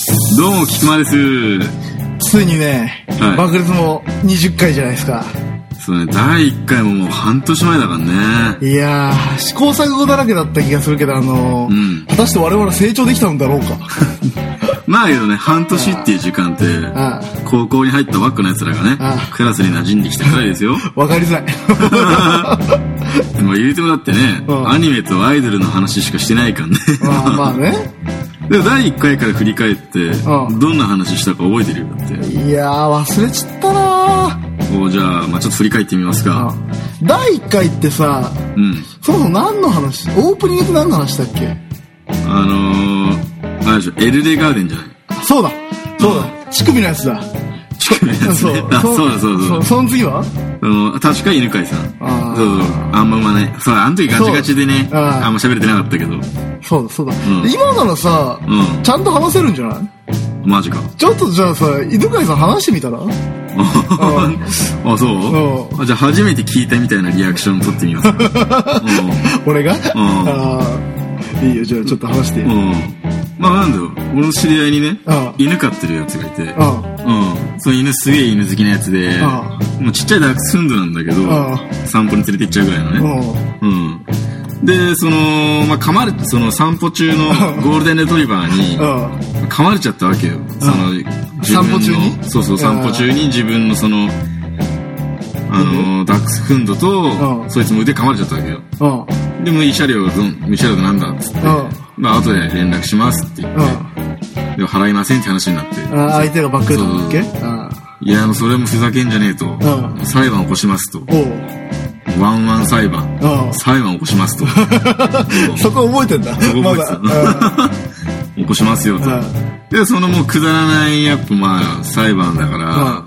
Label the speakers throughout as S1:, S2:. S1: です。
S2: ついにね、
S1: はい
S2: 爆裂も20回じゃないですか。
S1: そうね、第1回ももう半年前だからね。
S2: いやー、試行錯誤だらけだった気がするけど、あのー
S1: うん
S2: 果たして我々成長できたのだろうか。
S1: まあけどね、半年っていう時間って、
S2: あ
S1: 高校に入ったばっかの奴らがね
S2: あ、
S1: クラスに馴染んできたくらいですよ。
S2: わかりづらい。
S1: でも言うてもだってね、
S2: うん
S1: アニメとアイドルの話しかしてないからね。
S2: まあまあね。
S1: でも第1回から振り返って、
S2: うん
S1: どんな話したか覚えてるよだって。
S2: いやー、忘れちったな
S1: おじゃあ、まあちょっと振り返ってみます
S2: ー
S1: か。。
S2: 第1回ってさ、
S1: うん。
S2: そもそも何の話オープニングって何の話だっけ
S1: あのー、あれでしょ、エルレガーデンじゃない
S2: あそうだそうだ乳首のやつだ
S1: 乳首のやつね あ、 そうだそうだそうだ。
S2: その次は
S1: その確か犬飼さん。
S2: あー
S1: そうそう。あんま生まない。そう、あの時ガチガチでね、
S2: そうあー
S1: あんま喋れてなかったけど。
S2: そうだそうだ、
S1: ん
S2: で今ならさ、
S1: うん
S2: ちゃんと話せるんじゃない
S1: マジか。
S2: ちょっとじゃあさ犬飼さん話してみたら
S1: あ、そううあじゃあ初めて聞いたみたいなリアクション取ってみます。う
S2: 俺が、
S1: ん
S2: ああいいよじゃあちょっと話して、
S1: ん。うん。まあなんだろう。俺の知り合いにね
S2: あー、
S1: 犬飼ってるやつがいて。
S2: あ
S1: うん。その犬すげえ犬好きなやつで
S2: あ、
S1: もうちっちゃいダックスフンドなんだけど
S2: あ、
S1: 散歩に連れて行っちゃうぐらいのね。
S2: う
S1: うん。で、その、まあ、噛まれ、その散歩中のゴールデンレトリバーに、
S2: んうん
S1: 噛まれちゃったわけよ。その、自
S2: 散
S1: 分
S2: 歩中
S1: の、
S2: に
S1: そうそう、散歩中に自分のその、あの、ダックスフンド
S2: う
S1: と、
S2: ん
S1: そいつも腕噛まれちゃったわけよ。
S2: うん
S1: で、無慰謝料、どん無慰謝料なんだっつっ
S2: う
S1: て、
S2: ん
S1: まあ、後で連絡しますって言っ
S2: うん
S1: て、でも払いませんって話になって、
S2: あー相手がばっかりなんだっけ
S1: そ
S2: あ
S1: いや、もうそれもふざけんじゃねえと、
S2: ん
S1: 裁判起こしますと
S2: ー、お
S1: ワンワン裁判、
S2: ううん
S1: 裁判起こし ますと、
S2: そこ覚えてんだ
S1: こ
S2: ま
S1: 覚えて
S2: だ
S1: た 起こしますよと。で、そのもうくだらない、やっぱまあ、裁判だから、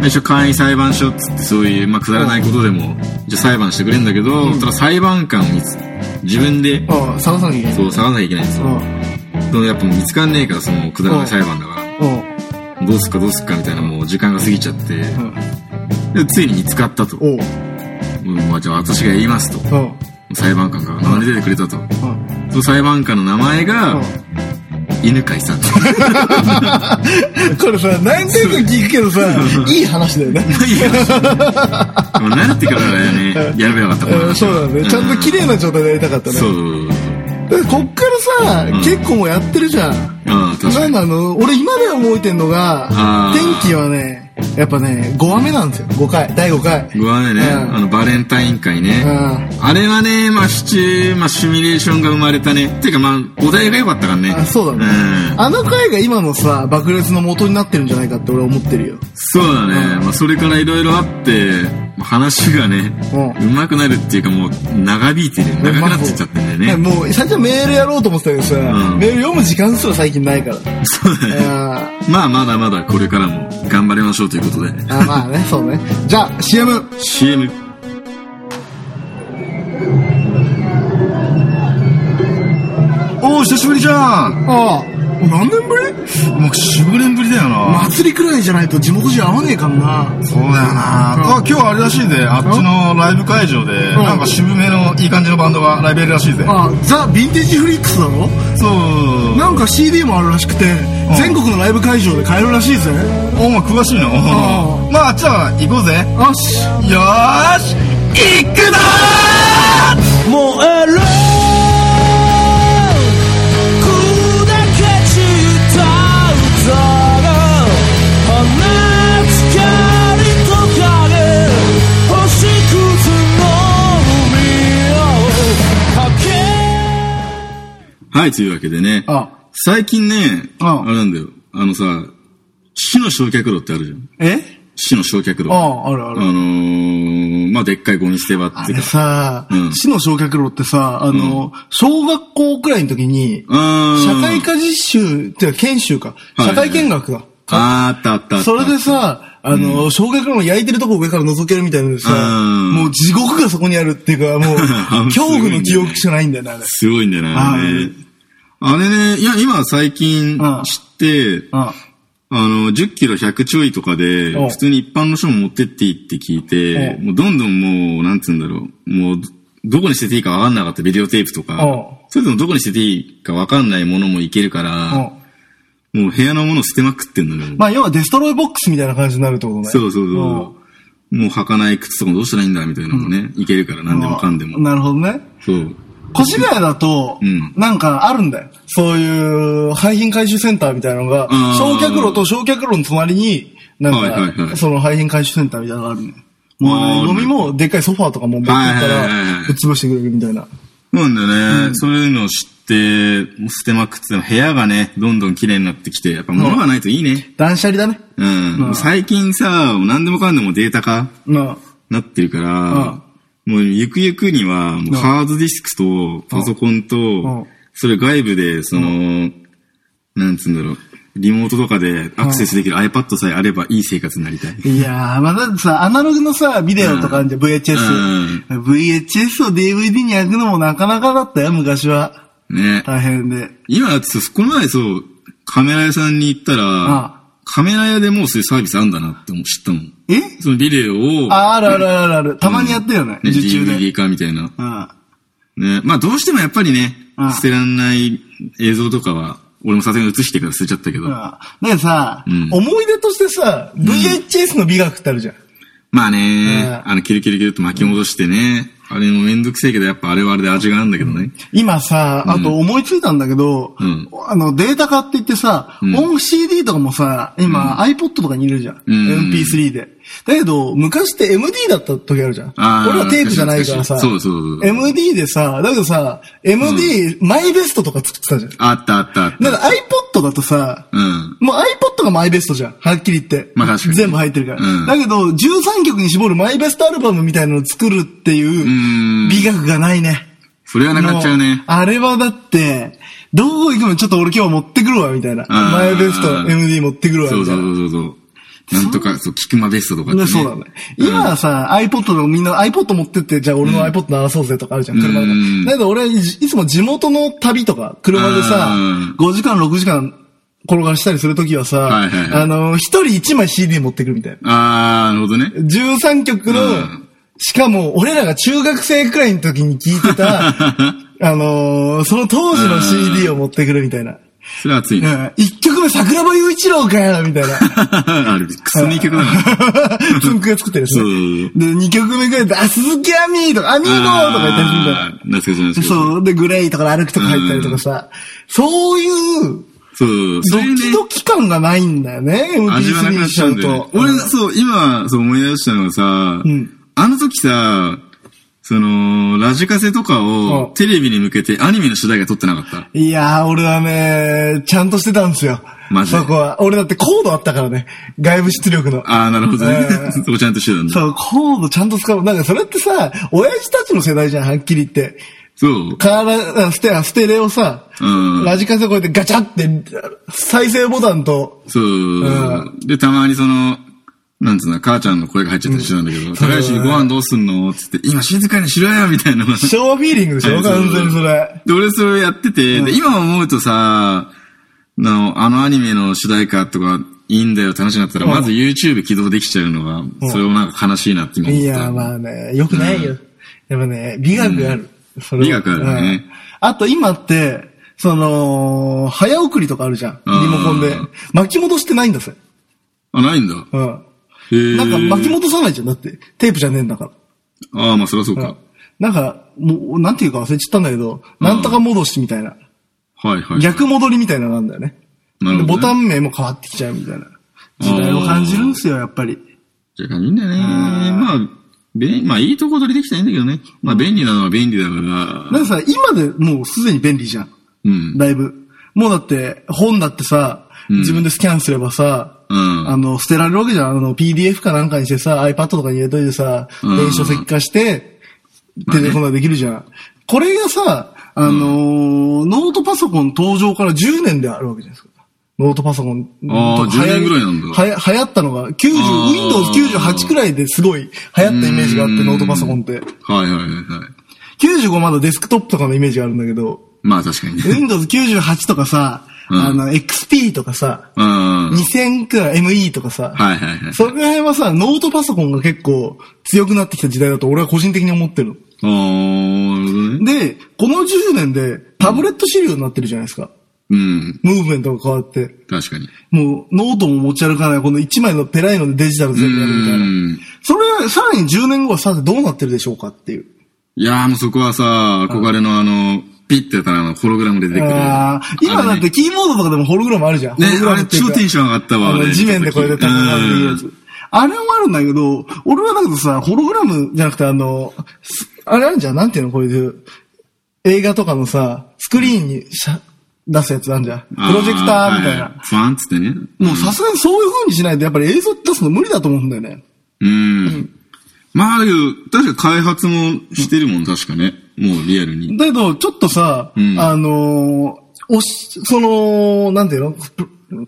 S1: 最初簡易裁判所っつってそういう、まあくだらないことでも、じゃあ裁判してくれんだけど、ただ裁判官を見つ自分で、
S2: うん、うん、探さなきゃいけない
S1: そう、探さなきゃいけないんです
S2: うん
S1: よ。そのやっぱ見つかんねえから、そのくだらない裁判だか
S2: うん
S1: ら、どうすっかどうすっかみたいなもう時間が過ぎちゃって、
S2: うん
S1: で、ついに見つかったと。
S2: おう
S1: うんまあじゃあ私が言いますと。
S2: うん
S1: 裁判官が名前出てくれたと。
S2: うん
S1: その裁判官の名前が、犬飼さんと。
S2: これさ、何回か聞くけどさ、いい話だよね。
S1: いや、 でも慣れてからだよね、やればよかった
S2: えーそうなんだね。ちゃんと綺麗な状態でやりたかったね
S1: そ。う。
S2: でこっからさ、結構もうやってるじゃん。
S1: うん、確か
S2: なん
S1: に。
S2: だあの、俺今で覚えてんのが
S1: あ、ー
S2: 天気はね、やっぱね、5話目なんですよ。5回、第5回。
S1: ごめんね、
S2: うん
S1: あの、バレンタイン会ね
S2: う。ん
S1: あれはね、まあ、シチュー、まあ、シミュレーションが生まれたね。ていうか、まあ、お題が良かったからね。
S2: あそうだね。
S1: ん。
S2: あの回が今のさ、爆裂の元になってるんじゃないかって俺思ってるよ。
S1: そうだね。まあ、それからいろいろあって、まあ話がね、
S2: う
S1: うまくなるっていうか、もう、長引いてるよ。長くなっちゃってんだよね。
S2: もう、最初はメールやろうと思ってたけどさ、
S1: ん
S2: メール読む時間すら最近 ないから。
S1: そうだね。
S2: うん
S1: まあ、まだまだこれからも頑張りましょうということで。
S2: あまあね、そうね。じゃあ、CM!
S1: CM。おお久しぶりじゃん
S2: ああ、何年ぶり
S1: もう45年ぶりだよな、
S2: 祭りくらいじゃないと地元じゃ合わねえかんな。
S3: そうだよな、あ今日あれらしいぜあっちのライブ会場で、なんか渋めのいい感じのバンドがライブやるらしいぜ、
S2: ああ、ザ・ヴィンテージフリックスだろ
S3: そう
S2: なんか CD もあるらしくて、全国のライブ会場で買えるらしいぜ。
S3: お前詳しいの
S2: ん
S3: まああっちは行こうぜ
S2: よし。
S3: よーし行くぞ
S1: はい、というわけでね。
S2: あ
S1: 最近ね、
S2: あ
S1: あれなんだよ。あのさ、市の焼却炉ってあるじゃん。
S2: え
S1: 市の焼却炉。
S2: あ
S1: あ
S2: あ、あるある。
S1: のー、まあ、でっかいゴミ捨て場
S2: あ
S1: っていう
S2: れ
S1: か。
S2: さ、
S1: うん
S2: 市の焼却炉ってさ、あの、小学校くらいの時に、
S1: あ
S2: 社会科実習、ってか研修か、
S1: はい
S2: 社会見学だ。
S1: あったあったあった。
S2: それでさ、あの、焼却炉の焼いてるとこ上から覗けるみたいなのでさ、
S1: うん
S2: もう地獄がそこにあるっていうか、もう
S1: あ、のす
S2: 恐
S1: ごいね
S2: 怖の記憶しかないんだよね、あれ。
S1: すごいんだよな、あれね。あれね、いや、今最近
S2: うん
S1: 知って、
S2: あ
S1: あの、10キロ100ちょいとかで
S2: うん、
S1: 普通に一般の人も持ってっていいって聞いて、
S2: う
S1: もうどんどんもう、なんつうんだろう、もう、どこに捨てていいかわかんなかったビデオテープと
S2: う
S1: か
S2: ん、
S1: それでもどこに捨てていいかわかんないものもいけるか
S2: う
S1: ら、
S2: ん
S1: もう部屋のもの捨てまくってんのよ。
S2: まあ、要はデストロイボックスみたいな感じになるってことね。
S1: そうそうそう。もう履かない靴とかもどうしたらいいんだみたいなのもね、いけるから何でもかんで
S2: あ
S1: も。
S2: なるほどね。
S1: そう。
S2: 越谷だと、
S1: うん
S2: なんかあるんだよ。そういう廃品回収センターみたいなのが、
S1: あー
S2: 焼却炉と焼却炉の隣に、なんか、
S1: はいはいはい
S2: その廃品回収センターみたいなのがあるのよ。もう
S1: あ
S2: ね、
S1: ー
S2: 飲みもでっかいソファーとかも持ってった
S1: はい
S2: ら
S1: はいはいはい、
S2: ぶっ潰してくれるみたいな。
S1: なんだね、そういうのを知って、もう捨てまくって、部屋がね、どんどん綺麗になってきて、やっぱ物がないといいね。
S2: 断捨離だね。
S1: うん。
S2: うん
S1: 最近さ、何でもかんでもデータ化
S2: ま
S1: なってるから、もうゆくゆくには、もうハードディスクとパソコン
S2: ん
S1: と、それ外部で、その、なんつうんだろう、リモートとかでアクセスできる iPad さえあればいい生活になりたい。
S2: あ、いやー、まあだってさ、アナログのさ、ビデオとかあんじゃん、VHS。VHS を DVD に焼くのもなかなかだったよ、昔は。
S1: ね。
S2: 大変で。
S1: 今、そうこの前そう、カメラ屋さんに行ったら、
S2: あ
S1: カメラ屋でもうそういうサービスあんだなって思う知ったもん。
S2: え
S1: そのビデオを、
S2: あ、あるあるあるある。たまにやってるよね、
S1: ね、
S2: 受注で。
S1: DVD 化みたいな。
S2: うん。
S1: ね、まあどうしてもやっぱりね
S2: うん、
S1: 捨てらんない映像とかは、俺もさすがに映してから捨てちゃったけど、
S2: うんだけどさ、
S1: うん
S2: 思い出としてさ、VHS の美学ってあるじゃん。
S1: まあね、
S2: うん
S1: あの、キルキルキルと巻き戻してね、あれもめんどくせえけど、やっぱあれはあれで味があるんだけどね。
S2: 今さ、あと思いついたんだけど、
S1: うん
S2: あのデータ化って言ってさ、
S1: ん
S2: オン CD とかもさ、今、iPod とかにいるじゃん。
S1: うん
S2: MP3 で。だけど、昔って MD だった時あるじゃん。
S1: あー
S2: 俺はテープじゃないからさ、
S1: 懐かしいそうそうそう
S2: MD でさ、だけどさ、MD、マイベストとか作ってたじゃん。
S1: あったあったあった。
S2: だから iPod だとさ、
S1: うん。
S2: もう iPod がマイベストじゃん。はっきり言って。
S1: まあ確かに
S2: 全部入ってるから。
S1: うん
S2: だけど、13曲に絞るマイベストアルバムみたいなのを作るっていう
S1: ーん
S2: 美学がないね。
S1: それはなくなっちゃう
S2: も
S1: ね。
S2: あれはだって、どこ行くのちょっと俺今日持ってくるわ、みたいな。
S1: あー
S2: マイベスト MD 持ってくるわ、
S1: そう
S2: みた
S1: そ
S2: いうな。
S1: そうそうそう。なんとか、そう、キクマベストとかって、
S2: ね
S1: ね。
S2: そうだね。今はさ、iPod のみんな iPod 持ってって、じゃあ俺の iPod 鳴らそうぜとかあるじゃん、車で
S1: う。ん
S2: だけど俺、いいつも地元の旅とか、車でさ
S1: うん、
S2: 5時間、6時間転がしたりするときはさ
S1: はいはい、はい
S2: あの、一人一枚 CD 持ってくるみたいな。
S1: あー、なるほどね。
S2: 13曲の
S1: うん、
S2: しかも俺らが中学生くらいの時に聞いて た、あのー、その当時の CD を持ってくるみたいな。
S1: それは熱いうね。
S2: ん一曲目桜庭雄一郎かよみたいな。
S1: あれ、クソのいい曲だ な。
S2: つんくが作ってるやつね
S1: そう
S2: で、2曲目くらいで、あ、鈴木亜美とか、アミーゴとか言ったりするんだよ
S1: あー懐かしい懐かしい。
S2: そう。で、グレイとか歩くとか入ったりとかさ、そういう、
S1: そう。
S2: ド
S1: そういう
S2: キ
S1: ね
S2: ドキ感がないんだよね、
S1: 味はなく
S2: MP3
S1: なっ
S2: にしち
S1: ちゃ
S2: ゃ
S1: うん
S2: う
S1: だよ
S2: と
S1: ね。。俺、そう、今、そう思い出したのがさ、
S2: うん
S1: あの時さ、その、ラジカセとかを
S2: うん
S1: テレビに向けてアニメの主題歌撮ってなかった。
S2: いやー、俺はね、ちゃんとしてたんですよ。
S1: マジで
S2: そこは。俺だってコードあったからね。外部出力の。
S1: ああ、なるほどね
S2: うん。
S1: そこちゃんとしてたんだ。
S2: そう、コードちゃんと使う。なんかそれってさ、親父たちの世代じゃん、はっきり言って。
S1: そう。
S2: カーラ、あステラ、ステレをさ、
S1: うん
S2: ラジカセこうやってガチャって、再生ボタンと、
S1: そう。で、たまにその、なんつうの、母ちゃんの声が入っちゃったりしてたんだけど、高橋ご飯どうすんのつって、今静かにしろよみたいな。
S2: 昭和フィーリングでしょ完全にそれ。
S1: で、俺それやってて、で、今思うとさ、なあのアニメの主題歌とか、いいんだよ、楽しいなったら、
S2: うん
S1: まず YouTube 起動できちゃうのが、それをなんか悲しいなって今思っ
S2: い
S1: た。
S2: や、まあね、よくないよ。やっぱね、美学ある。それは
S1: 美学あるね
S2: うんあと今って、その、早送りとかあるじゃん。リ
S1: うん
S2: モコンで。巻き戻してないんだぜ。
S1: あ、ないんだ。へ
S2: うん。
S1: え。
S2: なんか巻き戻さないじゃん。だって、テープじゃねえんだから。
S1: ああ、まあそりゃそう
S2: う
S1: か。
S2: んなんか、もう、なんていうか忘れちゃったんだけど、なんとか戻しみたいな。
S1: はいはい。
S2: 逆戻りみたいなのがあるんだよね。
S1: なるほどね
S2: でボタン名も変わってきちゃうみたいな。時代を感じるんですよ、やっぱり。
S1: じゃあ、いいんだよね。まあ、便まあいいとこ取りできたらいいんだけどね。まあ便利なのは便利だから。
S2: なんかさ、今でもうすでに便利じゃん。
S1: うん。
S2: だいぶ。もうだって、本だってさ、自分でスキャンすればさ、
S1: うん
S2: あの、捨てられるわけじゃん。あの、PDF かなんかにしてさ、iPad とかに入れといてさ、
S1: うん
S2: 電子書籍化して、
S1: まあ
S2: 出
S1: ね
S2: てこないできるじゃん。これがさ、あのーノートパソコン登場から10年であるわけじゃないですか。ノートパソコン。
S1: あー
S2: 流行
S1: 10年ぐらいなんだ
S2: はや流行ったのが、90、
S1: あー
S2: Windows 98くらいですごい流行ったイメージがあって、
S1: うん
S2: ノートパソコンって。
S1: はいはいはいはい。
S2: 95まだデスクトップとかのイメージがあるんだけど、
S1: まあ確かにね。
S2: Windows 98とかさ、
S1: うん
S2: あの、XP とかさ、
S1: うん。はい
S2: 2000くらい ME とかさ、
S1: はいはい。
S2: それぐらいはさ、ノートパソコンが結構強くなってきた時代だと俺は個人的に思ってる
S1: ああ、なるほどね。
S2: の。で、この10年でタブレット資料になってるじゃないですか。
S1: うん。
S2: ムーブメントが変わって。
S1: 確かに。
S2: もう、ノートも持ち歩かない、この1枚のペライのでデジタル全部やるみたいな。
S1: うん
S2: それ、さらに10年後はさてどうなってるでしょうかっていう。
S1: いやーもうそこはさ、憧れのあの、ピッてやったらあの、ホログラムで出てくる。
S2: あー今だってキーボードとかでもホログラムあるじゃん。
S1: ね
S2: ホログ、ラ
S1: あ
S2: ム
S1: れ
S2: っていう
S1: 超
S2: か
S1: テンション上がったわ。
S2: あ
S1: あ
S2: の
S1: れ
S2: 地面でこれで戦うっていうやつ。あれもあるんだけど、俺はだけどさ、ホログラムじゃなくてあの、すあれあるじゃんなんていうのこういう、映画とかのさ、スクリーンにしゃ出すやつあるじゃん。プロジェクターみたいな。
S1: ファンっつってね。
S2: もうさすがにそういう風にしないとやっぱり映像出すの無理だと思うんだよね。
S1: うん。まあ、だけど、確か開発もしてるもん、確かね。もうリアルに。
S2: だけど、ちょっとさ、
S1: うん
S2: あのーおし、その、なんていうのぷ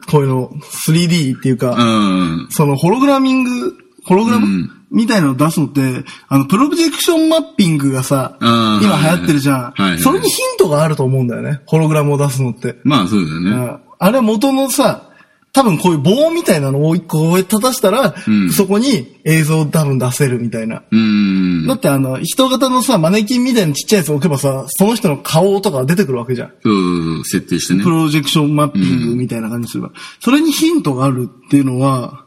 S2: こういうの、3D っていうか、
S1: うん。
S2: そのホログラミング、ホログラム、
S1: うん
S2: みたいなのを出すのって、あの、プロジェクションマッピングがさ、
S1: あ
S2: 今
S1: ー
S2: 流行ってるじゃん、
S1: はいはいはい
S2: それにヒントがあると思うんだよね。ホログラムを出すのって。
S1: まあ、そうだよ
S2: う
S1: ね。
S2: んあれは元のさ、多分こういう棒みたいなのを一個こう立たしたら、
S1: うん
S2: そこに映像を多分出せるみたいな。
S1: うん
S2: だ。ってあの、人型のさ、マネキンみたいなちっちゃいやつ置けばさ、その人の顔とか出てくるわけじゃん。
S1: そうそうそう、設定してね
S2: プ。ロジェクションマッピングみたいな感じすれば。それにヒントがあるっていうのは、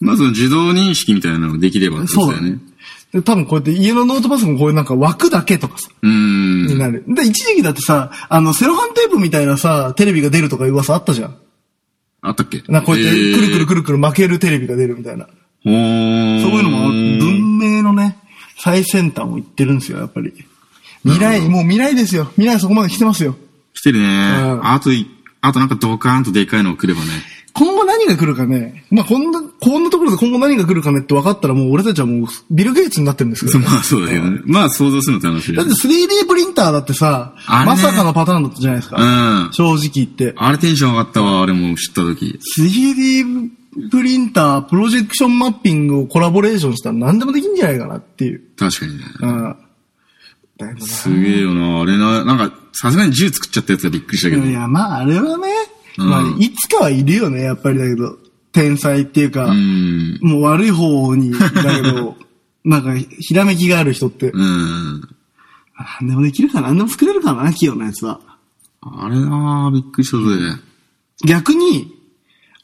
S1: まあ、その自動認識みたいなのができればってこ
S2: そ
S1: と
S2: う
S1: だ
S2: だ
S1: よ
S2: ね
S1: ね。。
S2: で多分こうやって家のノートパソコンこういうなんか枠だけとかさ、
S1: う
S2: に
S1: ん。
S2: なる。で、一時期だってさ、あの、セロハンテープみたいなさ、テレビが出るとかいう噂あったじゃん。
S1: あったっけ
S2: なんかこうやって、くるくるく
S1: る。
S2: るくる巻けるテレビが出るみたいな。
S1: ほー
S2: そういうのも、文明のね、最先端を言ってるんですよ、やっぱり。未来、もう未来ですよ。未来そこまで来てますよ。
S1: 来てるね。
S2: ん
S1: あとい、あとなんかドカーンとでかいの来ればね。
S2: 今後何が来るかね。まあ、こんな、こんなところで今後何が来るかねって分かったらもう俺たちはもうビル・ゲイツになってるんですけど。
S1: まあそうだけどね。まあ想像するの楽しい
S2: だ
S1: よ
S2: って
S1: ね。
S2: 3D プリンターだってさ、
S1: あれね
S2: まさかのパターンだったじゃないですか。
S1: うん。
S2: 正直言って。
S1: あれテンション上がったわ、あれも知った時。
S2: 3D プリンター、プロジェクションマッピングをコラボレーションしたら何でもできんじゃないかなっていう。
S1: 確かにね。
S2: うん。だいぶ
S1: すげえよな。あれな、なんか、さすがに銃作っちゃったやつはびっくりしたけど
S2: な。い。や、まあ、あれはね、
S1: うん
S2: まあ、いつかはいるよね、やっぱりだけど。天才っていうか、
S1: うん。
S2: もう悪い方に、だけ ど、なんか、ひらめきがある人って。
S1: うん。
S2: 何でもできるかな何でも作れるかな器用なやつは。
S1: あれなびっくりしたぜ。
S2: 逆に、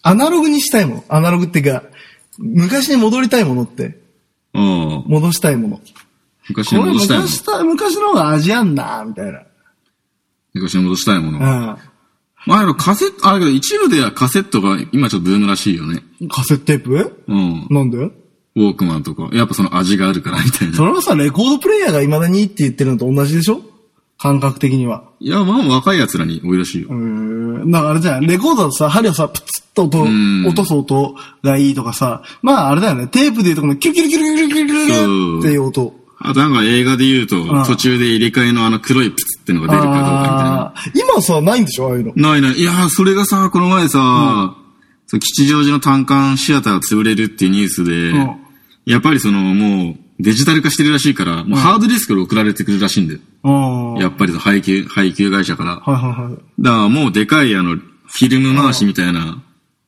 S2: アナログにしたいもの。アナログっていうか、昔に戻りたいものって、
S1: うん。
S2: 戻したいもの。こ
S1: 昔
S2: れ
S1: に戻したいもの。
S2: 昔た昔の方が味あんなみたいな。
S1: 昔に戻したいもの。
S2: うん。
S1: まあでもカセット、あれけど一部ではカセットが今ちょっとブームらしいよね。
S2: カセットテープ
S1: うん。
S2: なんで
S1: ウォークマンとか。やっぱその味があるからみたいな
S2: そ。れはさ、レコードプレイヤーが未だにいいって言ってるのと同じでしょ感覚的には。
S1: いや、まあ若い奴らに多いらしいよ
S2: う。ーん。だからあれじゃん。レコードだとさ、針をさ、プツッと音を、
S1: ん
S2: 落とす音がいいとかさ、まああれだよね。テープで言うとこのキュルキュルキュルキュルキュルキュルキュルっていう音。
S1: あとなんか映画で言うと
S2: ん、
S1: 途中で入れ替えのあの黒いプツってのが出るかどうか
S2: あー今さ、ないんでしょああいうの。
S1: みたいな。ないない。いやー、それがさ、この前さ、そう吉祥寺の単館シアターが潰れるっていうニュースで、
S2: うん
S1: やっぱりそのもうデジタル化してるらしいから、もうハードディスクで送られてくるらしいんだよ。
S2: うん。
S1: やっぱりその配給、配給会社から。
S2: はいはいはい。
S1: だからもうでかいあの、フィルム回しみたいな、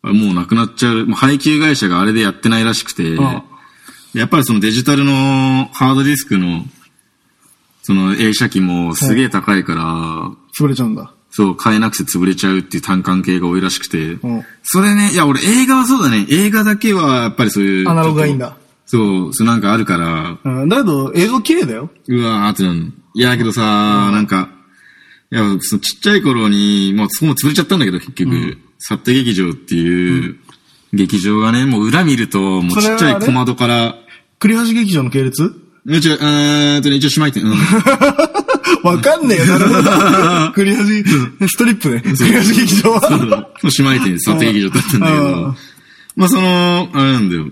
S1: あれもうなくなっちゃう。もう配給会社があれでやってないらしくて、
S2: ん
S1: やっぱりそのデジタルのハードディスクの、その映写機もすげえ高いから、
S2: 潰れちゃうんだ。
S1: そう、買えなくて潰れちゃうっていう単関系が多いらしくて、
S2: ん
S1: それね、いや俺映画はそうだね、映画だけはやっぱりそういう。
S2: アナログがいいんだ。
S1: そう、そうなんかあるから、
S2: うん。だけど、映像綺麗だよ。
S1: うわーってなるのいや、だけどさ、なんか、いや、そのちっちゃい頃に、もうそこも潰れちゃったんだけど、結局、サッテ劇場っていう、劇場がね、もう裏見ると、もうちっち
S2: それは
S1: ゃ
S2: あ
S1: い
S2: れ
S1: 小窓から、
S2: 栗橋劇場の系列
S1: いや違う、えーっとね、一応姉妹店、うん。
S2: わかんねえ よ、なるほど。栗橋、ストリップね。栗橋劇場
S1: そう
S2: は。
S1: だ姉妹店、サッテ劇場だったんだけ
S2: うん
S1: ど、まあその、あれなんだよ。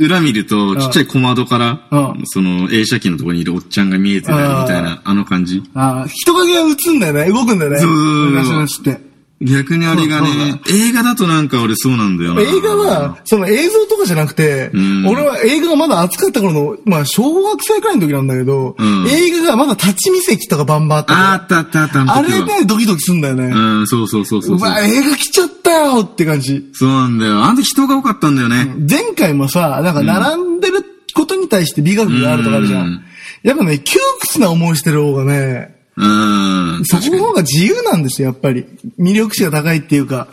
S1: 裏見ると、ちっちゃい小窓から
S2: うん、
S1: その映写機のところにいるおっちゃんが見えてたりみたいな、あの感じ。
S2: ああ、人影が映んだよね。動くんだよね。
S1: そうそうそう
S2: 昔のやつって。
S1: 逆にあれが
S2: そうそう
S1: ね、映画だとなんか俺そうなんだよな。
S2: 映画は、その映像とかじゃなくて、
S1: ん
S2: 俺は映画がまだ暑かった頃の、まあ、小学生くらいの時なんだけど、
S1: うん
S2: 映画がまだ立ち見席とかバンバンあったじゃん
S1: あったあったあったの
S2: あ
S1: 時は
S2: れね、ドキドキすんだよね。
S1: うん、そうそうそうそううそう。
S2: わ、映画来ちゃったよって感じ。
S1: そうなんだよ。あの時人が多かったんだよね。
S2: 前回もさ、なんか並んでることに対して美学があるとかあるじゃ
S1: うんん。
S2: やっぱね、窮屈な思いしてる方がね、
S1: うん。
S2: そ
S1: 確
S2: この
S1: かに。
S2: 方が自由なんですよ、やっぱり。魅力値が高いっていうか。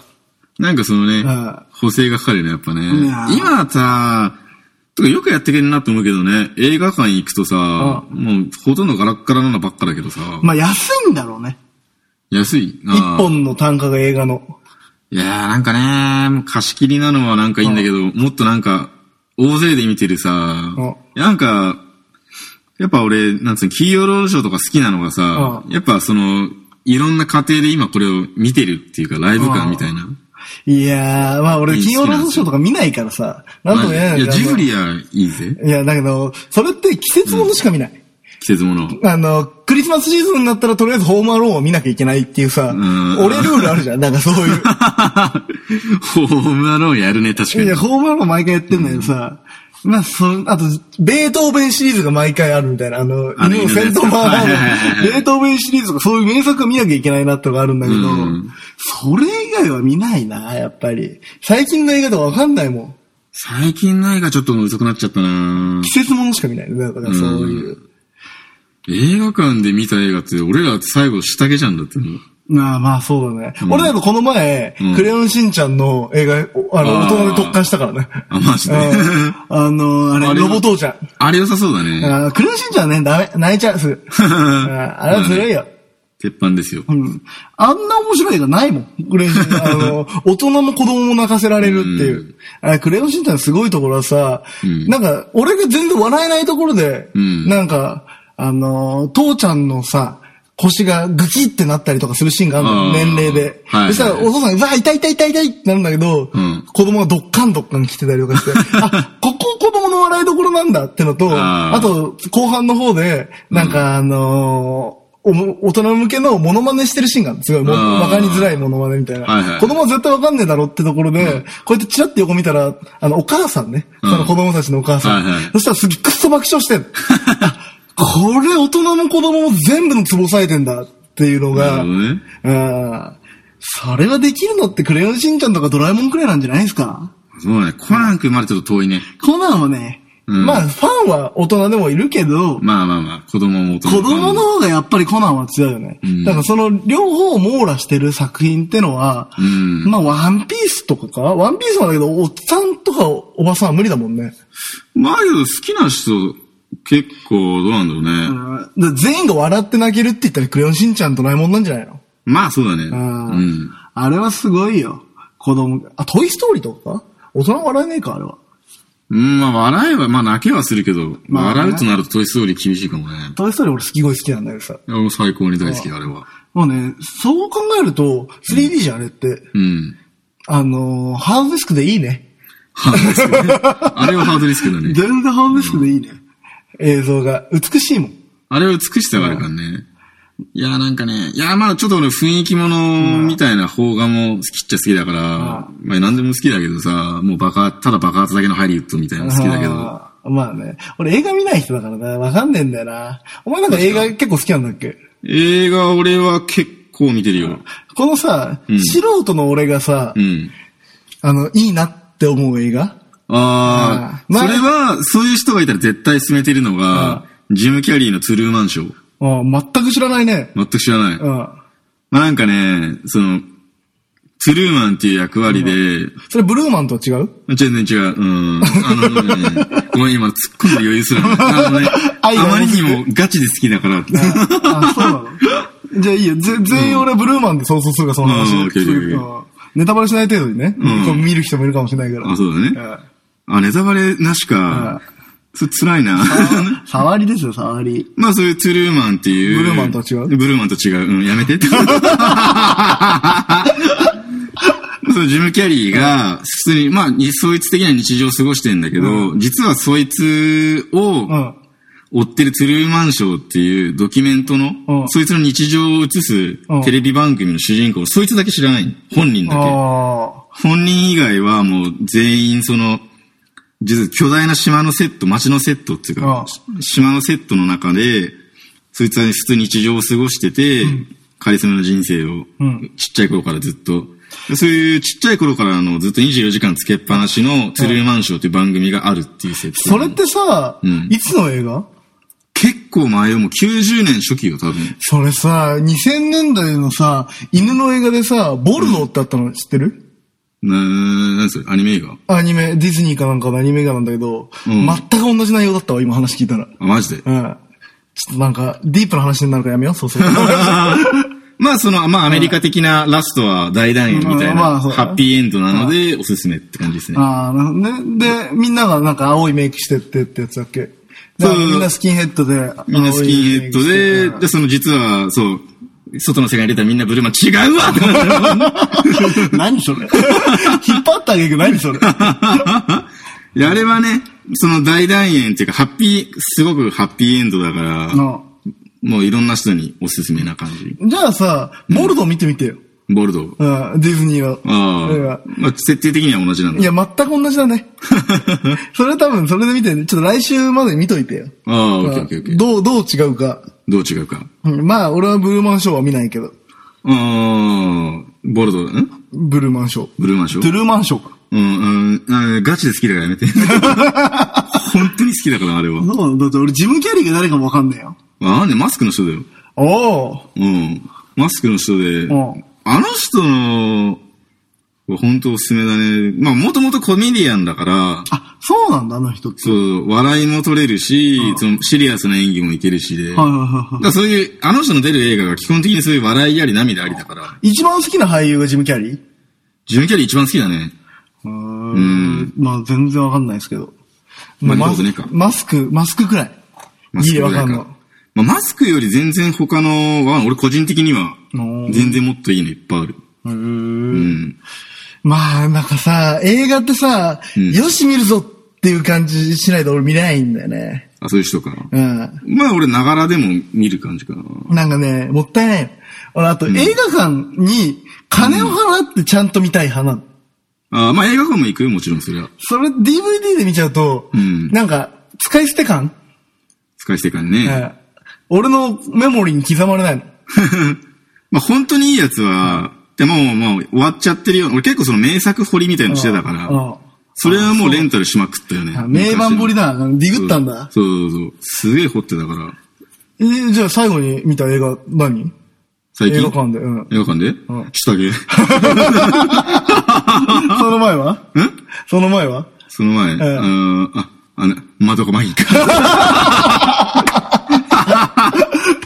S1: なんかそのね
S2: うん、
S1: 補正がかかるよね、やっぱね
S2: いや。ー
S1: 今さ、とかよくやってくれるなと思うけどね、映画館行くとさ、もうほとんどガラッガラなのばっかだけどさ、
S2: まあ安いんだろうね。
S1: 安い。
S2: 一
S1: あー
S2: 本の単価が映画の。
S1: いやーなんかね、もう貸し切りなのはなんかいいんだけど、もっとなんか、大勢で見てるさ
S2: うん、
S1: なんか、やっぱ俺、なんつうの、企業労働省とか好きなのがさ、
S2: う
S1: やっぱその、いろんな家庭で今これを見てるっていうか、ライブ感みたいな。
S2: いやー、まあ俺、金曜ロードショーとか見ないからさ、なんとも言えない
S1: い
S2: ん
S1: や、
S2: だけ
S1: ジ
S2: ど
S1: ブリはいいぜ。
S2: いや、だけど、それって季節ものしか見ない。
S1: 季節もの。
S2: あの、クリスマスシーズンになったらとりあえずホームアローンを見なきゃいけないっていうさ、
S1: ん
S2: 俺ルールあるじゃん。なんかそういう。
S1: ホームアローンやるね、確か
S2: い
S1: に
S2: や、。ホームラン毎回やってんだけどさ、まあ、その、あと、ベートーベンシリーズが毎回あるみたいな、あの、
S1: あの
S2: 犬の戦闘版
S1: 犬のやつ
S2: ベートーベンシリーズとかそういう名作を見なきゃいけないなってのがあるんだけど、
S1: うん
S2: それ以外は見ないな、やっぱり。最近の映画とかわかんないもん。
S1: 最近の映画ちょっとうざくなっちゃったな
S2: 季節ものしか見ないね。だからそういう。
S1: 映画館で見た映画って、俺らって最後下着じゃんだってもう。
S2: まあまあ、そうだね。俺だとこの前、
S1: うん
S2: クレヨンしんちゃんの映画、おあの、
S1: あ
S2: 大
S1: ー
S2: 人で特化したからね。
S1: あ、マジで。
S2: うんあの、あ
S1: あ
S2: れ、
S1: れ
S2: ロボ父ちゃん。
S1: あれ良さそうだね。
S2: あークレヨンしんちゃんはね、ダメ、泣 いちゃう、すぐ。ああれはずるいよ。
S1: 鉄板ですよ。
S2: うん。あんな面白い映画ないもん。クレヨンしんちゃん。あ の、大人も子供も泣かせられるっていうう。あれクレヨンしんちゃんのすごいところはさ、
S1: ん
S2: なんか、俺が全然笑えないところで、
S1: うん
S2: なんか、あの、父ちゃんのさ、腰がグキってなったりとかするシーンがあるの
S1: あー
S2: 年齢で。
S1: は
S2: そ
S1: い
S2: したら、お父さんが、うわ、痛い痛い痛い痛いってなるんだけど、
S1: うん
S2: 子供がどっかんどっかん来てたりとか して、あ、ここ子供の笑いどころなんだってのと、
S1: あ
S2: あ
S1: ー
S2: と、後半の方で、なんかあのーおも大人向けのモノマネしてるシーンがあるんですごい、も
S1: あー
S2: わかりづらいモノマネみたいな。
S1: はいはい
S2: 子供は絶対わかんねえだろってところで、こうやってチラッと横見たら、あの、お母さんね、その子供たちのお母さん。
S1: はいはい
S2: そしたらすげえクソ爆笑して んのあこれ大人も子供も全部のツボさえてんだっていうの
S1: な
S2: が、
S1: るほどね。
S2: うんそれはできるのってクレヨンしんちゃんとかドラえもんくらいなんじゃないですか
S1: そうね。コナン君までちょっと遠いね。
S2: コナンはね、
S1: うん
S2: まあファンは大人でもいるけど、
S1: まあまあまあ、子供も大人
S2: 子
S1: も
S2: 供の方がやっぱりコナンは強いよね。
S1: ん
S2: だからその両方を網羅してる作品ってのは、
S1: うん
S2: まあワンピースとかかワンピースはだけど、おっさんとかおばさんは無理だもんね。
S1: まあけど好きな人、結構どうなんだろうね。
S2: だから全員が笑って泣けるって言ったらクレヨンしんちゃんとドラえもんなんじゃないの
S1: まあそうだね。う
S2: あー
S1: ん。
S2: あれはすごいよ。子供が、あ、トイストーリーとかか大人は笑えねえか、あれは。
S1: うん、まあ笑えば、まあ泣けはするけど、
S2: まあね
S1: 笑うとなるとトイストーリー厳しいかもね。
S2: トイストーリー俺好き声好きなんだけどさ。
S1: いや、もう最高に大好きだ、あれは。
S2: もうね、そう考えると、3D じゃんあれって、
S1: うん。
S2: あのーハードディスクでいいね。
S1: ハードリスクね。 あれはハードリスクだね
S2: 全。然ハードディスクでいいね。映像が。美しいもん。
S1: あれは美しさがあるからね。いや、なんかね、いや、まあちょっと俺雰囲気ものみたいな邦画も好きっちゃ好きだから、まあ何でも好きだけどさ、もうバカ、ただ爆発だけのハリウッドみたいなの好きだけど、
S2: あーまあね。俺映画見ない人だからな。わかんねえんだよな。お前なんか映画結構好きなんだっけ
S1: 映画俺は結構見てるよ。
S2: このさ、
S1: うん
S2: 素人の俺がさ、
S1: うん。
S2: あの、いいなって思う映画
S1: ああ、
S2: うんまあ
S1: それは、そういう人がいたら絶対勧めてるのが、ジム・キャリーのトゥルーマンショー。
S2: あー全く知らないね。
S1: 全く知らない。
S2: うん。
S1: まあなんかね、その、トゥルーマンっていう役割で、
S2: それブルーマンとは違 う
S1: 全然違う。うん。あのね、ごめん、今突っ込んで余裕すら ない。あのね、
S2: 愛が
S1: あ
S2: 多
S1: ますり
S2: ぎて
S1: にもガチで好きだから。
S2: あ、そうなのじゃあいいよ。ぜ全員俺はブルーマンで想像するから、その話。
S1: うんオッケーオッケーオ
S2: うんネタバレしない程度にね。
S1: ん
S2: こう見る人もいるかもしれないから。
S1: あ、そうだね。
S2: う
S1: あ、ネタバレなしか。それ辛いな。
S2: ん触りですよ、触り。
S1: まあそういうトゥルーマンっていう。
S2: ブルーマンとは違う
S1: ブルーマンと違う。うん、やめて って。そう、ジム・キャリーが、普通に、まあ、にそいつ的な日常を過ごしてんだけど、実はそいつを、
S2: うん。
S1: 追ってるトゥルーマンショーっていうドキュメントの、
S2: うん
S1: そいつの日常を映す
S2: うん
S1: テレビ番組の主人公、そいつだけ知らない。本人だけ。
S2: あ
S1: 本人以外はもう全員その、実は巨大な島のセット、町のセットっていうか、島のセットの中で、そいつは普通に日常を過ごしてて、カリスマの人生を、
S2: うん
S1: ちっちゃい頃からずっと、そういうちっちゃい頃からのずっと24時間つけっぱなしのトゥルーマンショーっていう番組があるっていう設
S2: ーそ
S1: 定。
S2: れってさ
S1: うん、
S2: いつの映画
S1: 結構前よ、もう90年初期よ、多分。
S2: それさ、2000年代のさ、犬の映画でさ、ボルノってあったの知ってる、
S1: な、なんすか、アニメ映画
S2: アニメ、ディズニーかなんかのアニメ映画なんだけど、
S1: ん
S2: 全く同じ内容だったわ、今話聞いたら。
S1: あ、マジで。
S2: うん。ちょっとなんか、ディープな話になるからやめよう、 そうすると
S1: まあ、その、まあ、アメリカ的なラストは大団円みたい
S2: うんま
S1: な、
S2: あそう
S1: ハッピーエンドなので、おすすめって感じですね。
S2: ああ、なるほどね。で、みんながなんか青いメイクしてってってやつだっけ。だから
S1: そう
S2: みんなスキンヘッドで。
S1: みんなスキンヘッド
S2: 青いメイ
S1: で、
S2: ク
S1: で、
S2: し
S1: その実は、そう、外の世界に出たらみんなブルマ違うわってなる
S2: て て何それ 引っ張ったあげく何それ
S1: い やあれはね、その大団円っていうか、ハッピー、すごくハッピーエンドだから、
S2: な
S1: もういろんな人におすすめな感じ。
S2: じゃあさ、ボルド見てみてよ。
S1: ボルドー。
S2: うん、ディズニーは。
S1: ああ。まあ、設定的には同じなん
S2: い
S1: だ。
S2: や、全く同じだ ね。それ多分、それで見て、ちょっと来週まで見といてよ。
S1: ああ、オッケーオッケーオッケー。
S2: どう、どう違うか。
S1: どう違うか。
S2: うんまあ、俺はブルーマンショーは見ないけど。
S1: ああ、ボルドー、ん
S2: ブルーマンショー。
S1: ブルーマンショ
S2: ブ
S1: ー。
S2: ルーマンショーか。
S1: うん、うん、うんガチで好きだからやめて。 本当に好きだから、あれは。
S2: そうだって俺ジムキャリーが誰かもわかんないよ。
S1: ああね、マスクの人だよ。
S2: おお。
S1: うん。マスクの人で
S2: うん、
S1: あの人の、本当おすすめだね。まあ、もともとコメディアンだから、
S2: あ、そうなんだ、あの人って。
S1: そう、笑いも取れるし、そのシリアスな演技もいけるし
S2: はい
S1: で、だか
S2: はいはいは
S1: らそういう、あの人の出る映画が基本的にそういう笑いあり涙ありだから、
S2: い。一番好きな俳優がジムキャリー
S1: ジュンキャリー一番好きだね。
S2: うーん。まあ、全然わかんないですけど。
S1: まあ
S2: マ
S1: どう
S2: ス
S1: ぞねか
S2: ク、マスク、マスクくらい。
S1: マス
S2: ギ
S1: ク
S2: リわ
S1: ぐら
S2: か
S1: い
S2: ん
S1: か
S2: の。。
S1: まあ、マスクより全然他のは、俺個人的には
S2: お、ー
S1: 全然もっといいのいっぱいある。
S2: うー。
S1: うんん。
S2: まあ、なんかさ、映画ってさ、
S1: ん
S2: よし見るぞっていう感じしないと俺見れないんだよね。
S1: あ、そういう人かな。
S2: うん。
S1: まあ、俺、ながらでも見る感じかな。
S2: なんかね、もったいないよ。俺、あと映画館に金を払ってちゃんと見たい派なの。
S1: あまあ、映画館も行くよ、もちろん、それは。
S2: それ DVD で見ちゃうと、
S1: うん
S2: なんか、使い捨て感、
S1: 使い捨て感ね。
S2: うん俺のメモリに刻まれないの。
S1: まあ、本当にいいやつは、でも、もう、終わっちゃってるよ。俺結構その名作掘りみたいのしてたから、それはもうレンタルしまくったよね
S2: うん。名盤掘りだ。ディグったんだ。
S1: そうそうそうそう。すげえ掘ってたから。
S2: えじゃあ最後に見た映画何、
S1: 最近。
S2: 映画館で うん
S1: 映画館で
S2: ん
S1: 下着。
S2: その前は
S1: うん
S2: その前は
S1: その前、う
S2: え
S1: ーん、あ、あの、まどかまぎか。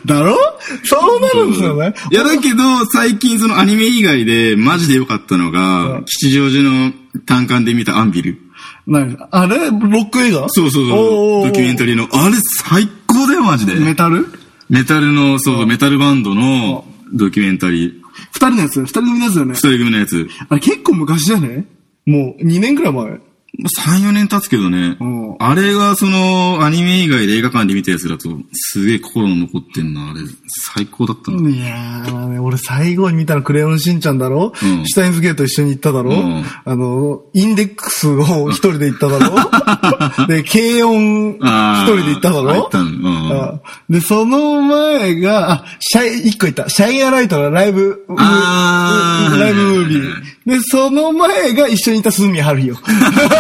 S2: だろそうなるんですよね。
S1: いや、だけど、最近そのアニメ以外で、マジで良かったのが、吉祥寺の単館で見たアンビル。
S2: 何あれロック映画
S1: そうそう
S2: おーおー
S1: そ
S2: お
S1: う。
S2: ー
S1: ドキュメンタリーの、あれ最高だよ、マジで。
S2: メタル
S1: メタルの、そうそう、メタルバンドのドキュメンタリー。
S2: 二人のやつ二人組のやつだよね
S1: 二。人組のやつ。
S2: あれ結構昔じゃねもう2年くらい前。
S1: 3、4年経つけどね
S2: うん。
S1: あれがその、アニメ以外で映画館で見たやつだと、すげえ心に残ってんな、あれ。最高だったな。
S2: いやー、まあね、俺最後に見たのクレヨンしんちゃんだろ、
S1: うん
S2: シュタインズゲート一緒に行っただろ、
S1: うん
S2: あの、インデックスを一人で行っただ ろで、軽音一
S1: あ
S2: 人
S1: ー
S2: で行っただ
S1: 入っ
S2: ろ
S1: たのうん
S2: あで、その前が、あ、シャイ、一個行った。シャインアライトのライブ、
S1: あー
S2: ライブムービ
S1: はいはいは
S2: ー。で、その前が一緒にいた鈴宮春 日よ。。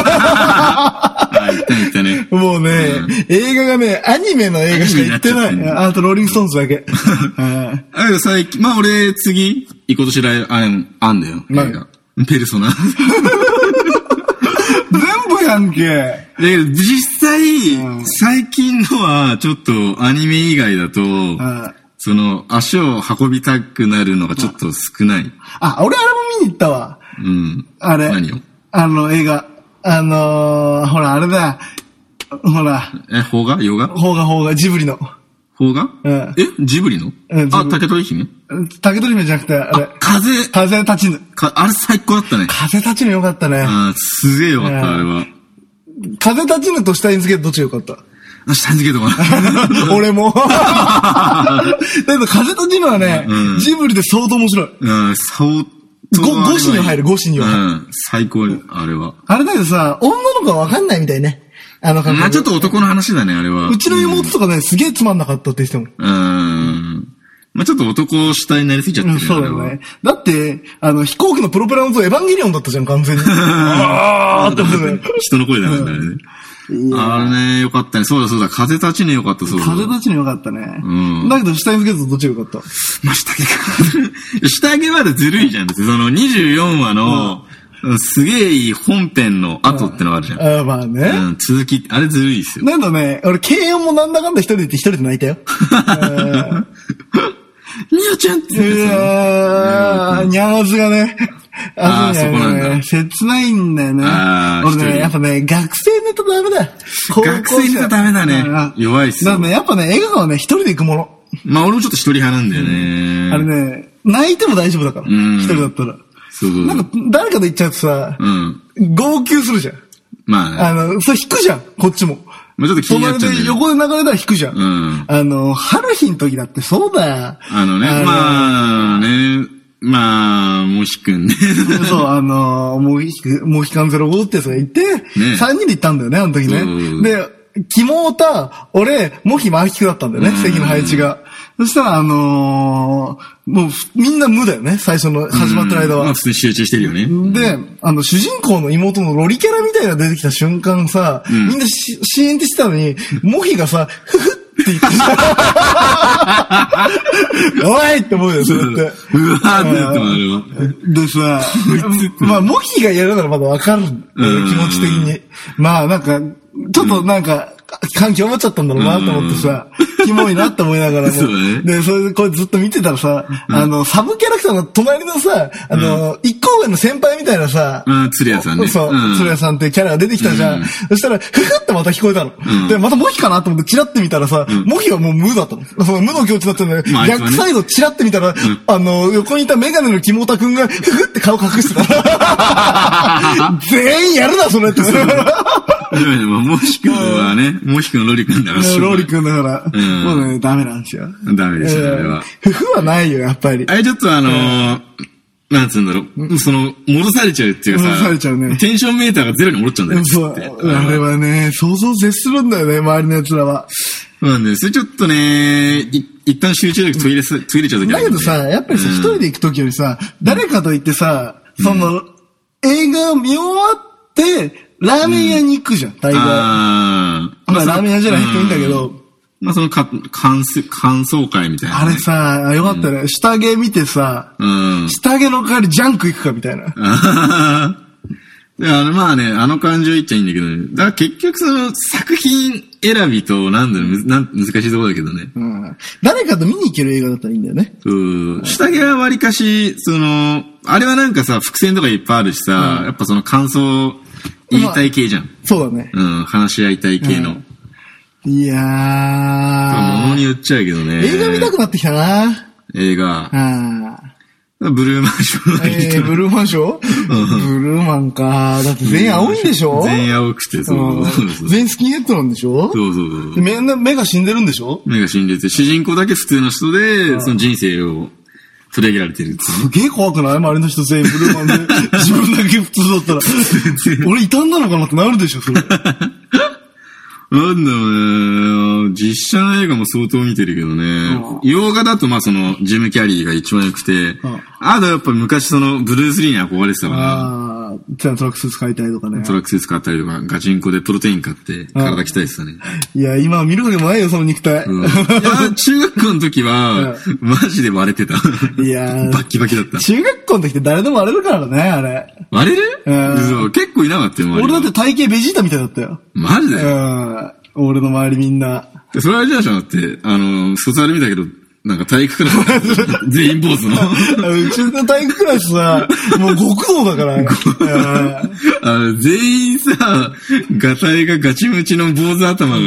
S1: あ、行ったね行ったね
S2: もうね、映画がね、アニメの映画しか行ってな
S1: アニメに
S2: い。
S1: なっちゃって
S2: ああと、ローリングストーンズだ け。うん
S1: あれ最近、まあ俺、次、今年来、あれ、あんだよ。
S2: 何
S1: 映画ペルソナ。だ
S2: 全部やんけ。
S1: けど、実
S2: うん
S1: 際、最近のは、ちょっと、アニメ以外だと、
S2: ん
S1: その、足を運びたくなるのがちょっと少ない。
S2: あ、俺あれも見に行ったわ。
S1: うん。
S2: あれ。
S1: 何を
S2: あの、映画。あのー、ほら、あれだ。ほら、
S1: え、邦画洋画
S2: 邦画邦画、ジブリの。
S1: 邦画
S2: うん
S1: えジブリの
S2: うんジ
S1: あ、
S2: ブリ
S1: 竹取姫
S2: 竹取姫じゃなくて、あれ
S1: あ、、風、
S2: 風立ちぬ。
S1: か、あれ最高だったね。
S2: 風立ちぬよかったね。
S1: あーすげえよか
S2: う
S1: っ
S2: ん
S1: た、あれは。
S2: 風立ちぬと下につけてどっちがよか った
S1: あ、下につけてもらう
S2: 俺も。 だけど風立ちぬはね、
S1: うん
S2: ジブリで相当面白い。
S1: うん、相当
S2: ご
S1: あれはいい。
S2: ごしには入るごしには入る
S1: うん、最高、あれは。
S2: あれだけどさ、女の子はわかんないみたいね。あの感
S1: まあ
S2: 覚
S1: ちょっと男の話だね、あれは。
S2: うちの妹とかね、すげえつまんなかったって人も。
S1: うん。まあちょっと男主体になりすぎちゃって
S2: う
S1: る
S2: ん、そうだ
S1: あ
S2: よ
S1: れは
S2: ね。だって、あの、飛行機のプロペラの像エヴァンゲリオンだったじゃん、完全に。あーってことだよ。
S1: 人の声だね、あれね。あれね、よかったね。そうだそうだ。風立ちねよかったそうだ。
S2: 風立ちに良かったね。
S1: うん
S2: だけど、シュタインズゲートとどっちが良かった
S1: まあ、下着か。 下着までずるいじゃん。別にその24話の、すげえいい本編の後ってのがあるじゃん。
S2: あーまあね。
S1: うん、続き、あれずるいっすよ。
S2: なんだね、俺、軽音もなんだかんだ一人で一人で泣い たよ。
S1: みよちゃんって
S2: うわー、ニャーズがね。
S1: あー
S2: ずみ
S1: そこなんだ
S2: ね、切ないんだよね
S1: あ。ー
S2: 俺
S1: 一人
S2: ね、やっぱね、学生ネタダメだよ。
S1: 学生ネタダメだね
S2: うん
S1: 弱いっすよ
S2: だからね、やっぱね、映画館はね、一人で行くもの。
S1: まあ、俺もちょっと一人派なんだよね。
S2: あれね、泣いても大丈夫だから。
S1: ん
S2: 一人だったら。
S1: そう。
S2: なんか、誰かと行っちゃうとさ
S1: う、ん。
S2: 号泣するじゃん。
S1: まあね、
S2: あの、それ引くじゃん、こっちも。
S1: まあちょっと気になっちゃう
S2: 隣
S1: んだ
S2: で
S1: よね。
S2: 横で流れたら引くじゃん。
S1: うん
S2: あの、春日の時だってそうだよ。
S1: あのね、まあね、まあ、もしくんね。
S2: そう、あのー、もうひ、もうひかんゼロ5ってやつがいて、三3人で行ったんだよね、あの時
S1: う
S2: ね。
S1: ん
S2: で、キモータ、俺、モヒマーキクだったんだよね、席の配置が。そしたら、あのーもう、みんな無だよね、最初の、始まってる間
S1: まあ、
S2: は
S1: 普。通に集中してるよね。
S2: で、あの、主人公の妹のロリキャラみたいなのが出てきた瞬間さ、みんなしシーンってしてたのに、モヒがさ、ふふって 言ってさおいって思うよ、それって。
S1: うわーってなってもあれは。
S2: でさ、まあ、モヒがやるならまだわかるんだよ
S1: うん
S2: ね、気持ち的に。まあ、なんか、ちょっとなんか、環境持っちゃったんだろうなと思ってさ、キモいなって思いながら
S1: そうだ
S2: も。
S1: ね
S2: で、それでこれずっと見てたらさ、あの、サブキャラクターの隣のさ、あの、一行上の先輩みたいなさ、
S1: うん、釣り屋さんね。
S2: そう、
S1: ん
S2: 鶴屋さんってキャラが出てきたじゃん。そしたら、ふふってまた聞こえたの。で、またモヒかなと思ってチラって見たらさ、モヒはもう無だったの。その無の境地だったんだけど
S1: まああいつはね
S2: 逆サイドチラって見たら、あの、横にいたメガネのキモタくんが、ふふって顔隠して た。全員やるな、それって。
S1: でもねまあ、もしくんはね、もしくんロリくんだからしょうが
S2: ロ
S1: な
S2: ー
S1: い
S2: リくんだから、
S1: うん
S2: もうね、ダメなんですよ。
S1: ダメでしたね、あれは。
S2: ふふはないよ、やっぱり
S1: あ。れちょっとあのー、なんつうんだろう、その、戻されちゃうっていうかさ、
S2: 戻されちゃうね
S1: テンションメーターがゼロに戻っちゃうんだよ、
S2: そ
S1: つって
S2: う。あれはね、想像を絶するんだよね、周りの奴らは。
S1: そうなんだよ。それちょっとね、い一旦集中力途切れす、途切れちゃう時
S2: だ
S1: ある
S2: け
S1: ん
S2: どさ、やっぱりさ、一人で行くときよりさ、誰かと行ってさ、その、映画を見終わって、ラーメン屋に行くじゃん、大概。ま
S1: あー
S2: あ、ラーメン屋じゃない人もいいんだけ
S1: う
S2: ど、
S1: まあそのか、感想、感想会みたいな、
S2: あれ。さ、よかったね。下着見てさ、
S1: うん。
S2: 下着の代わりジャンク行くかみたいな。
S1: あーで、あの、まあね、あの感情言っちゃいいんだけどね。だから結局その作品選びと、なんだろう、むなん難しいところだけどね。
S2: うん誰かと見に行ける映画だったらいいんだよね。
S1: うん。下着はわりかし、その、あれはなんかさ、伏線とかいっぱいあるしさ、やっぱその感想言いたい系じゃん。
S2: そうだね。
S1: うん、話し合いたい系の。
S2: いや
S1: もの
S2: ー。
S1: によっちゃうけどね。
S2: 映画見たくなってきたな。
S1: 映画。
S2: あー
S1: ブルーマンションの
S2: えー、ブルーマンショーブルーマンか。だって全員青いんでしょ。
S1: 全員青くて、そうそうそううん
S2: 全員スキンヘッドなんでしょ
S1: そうそうそう
S2: でみんな目が死んでるんでしょ
S1: 目が死んでて、主人公だけ普通の人で、その人生を取り上げられてるっていうね
S2: すげえ怖くない周りの人全員ブルーマンで、 自分だけ普通だったら、俺傷んだのかなってなるでしょ、それ。
S1: なんだろうね。実写の映画も相当見てるけどね。洋画だと、まあその、ジム・キャリーが一番良くて
S2: ん、
S1: あとやっぱ昔その、ブルース・リーに憧れてたから、
S2: ああ、じゃあトラックスーツ買いたいとかね
S1: ト。ラックスーツ買ったりとか、ガチンコでプロテイン買って、体鍛えてたね。
S2: いや、今は見るわけもないよ、その肉体。
S1: うんいや、中学校の時は、マジで割れてた。
S2: いやー
S1: バッキバキだった。
S2: 中学校の時って誰でもあれるからね、あれ。
S1: 割れる
S2: うん
S1: 嘘結構いなかったよ、周り
S2: 俺だって体型ベジータみたいだったよ。
S1: マジで
S2: うん。俺の周りみん な。
S1: でそれはあれじゃないでしょだって、あの、卒アル見たけど、なんか体 育クラス、全員坊主の。
S2: うちの体育クラスさ、もう極道だ からあれ。うん
S1: あの、全員さ、ガタイがガチムチの坊主頭が、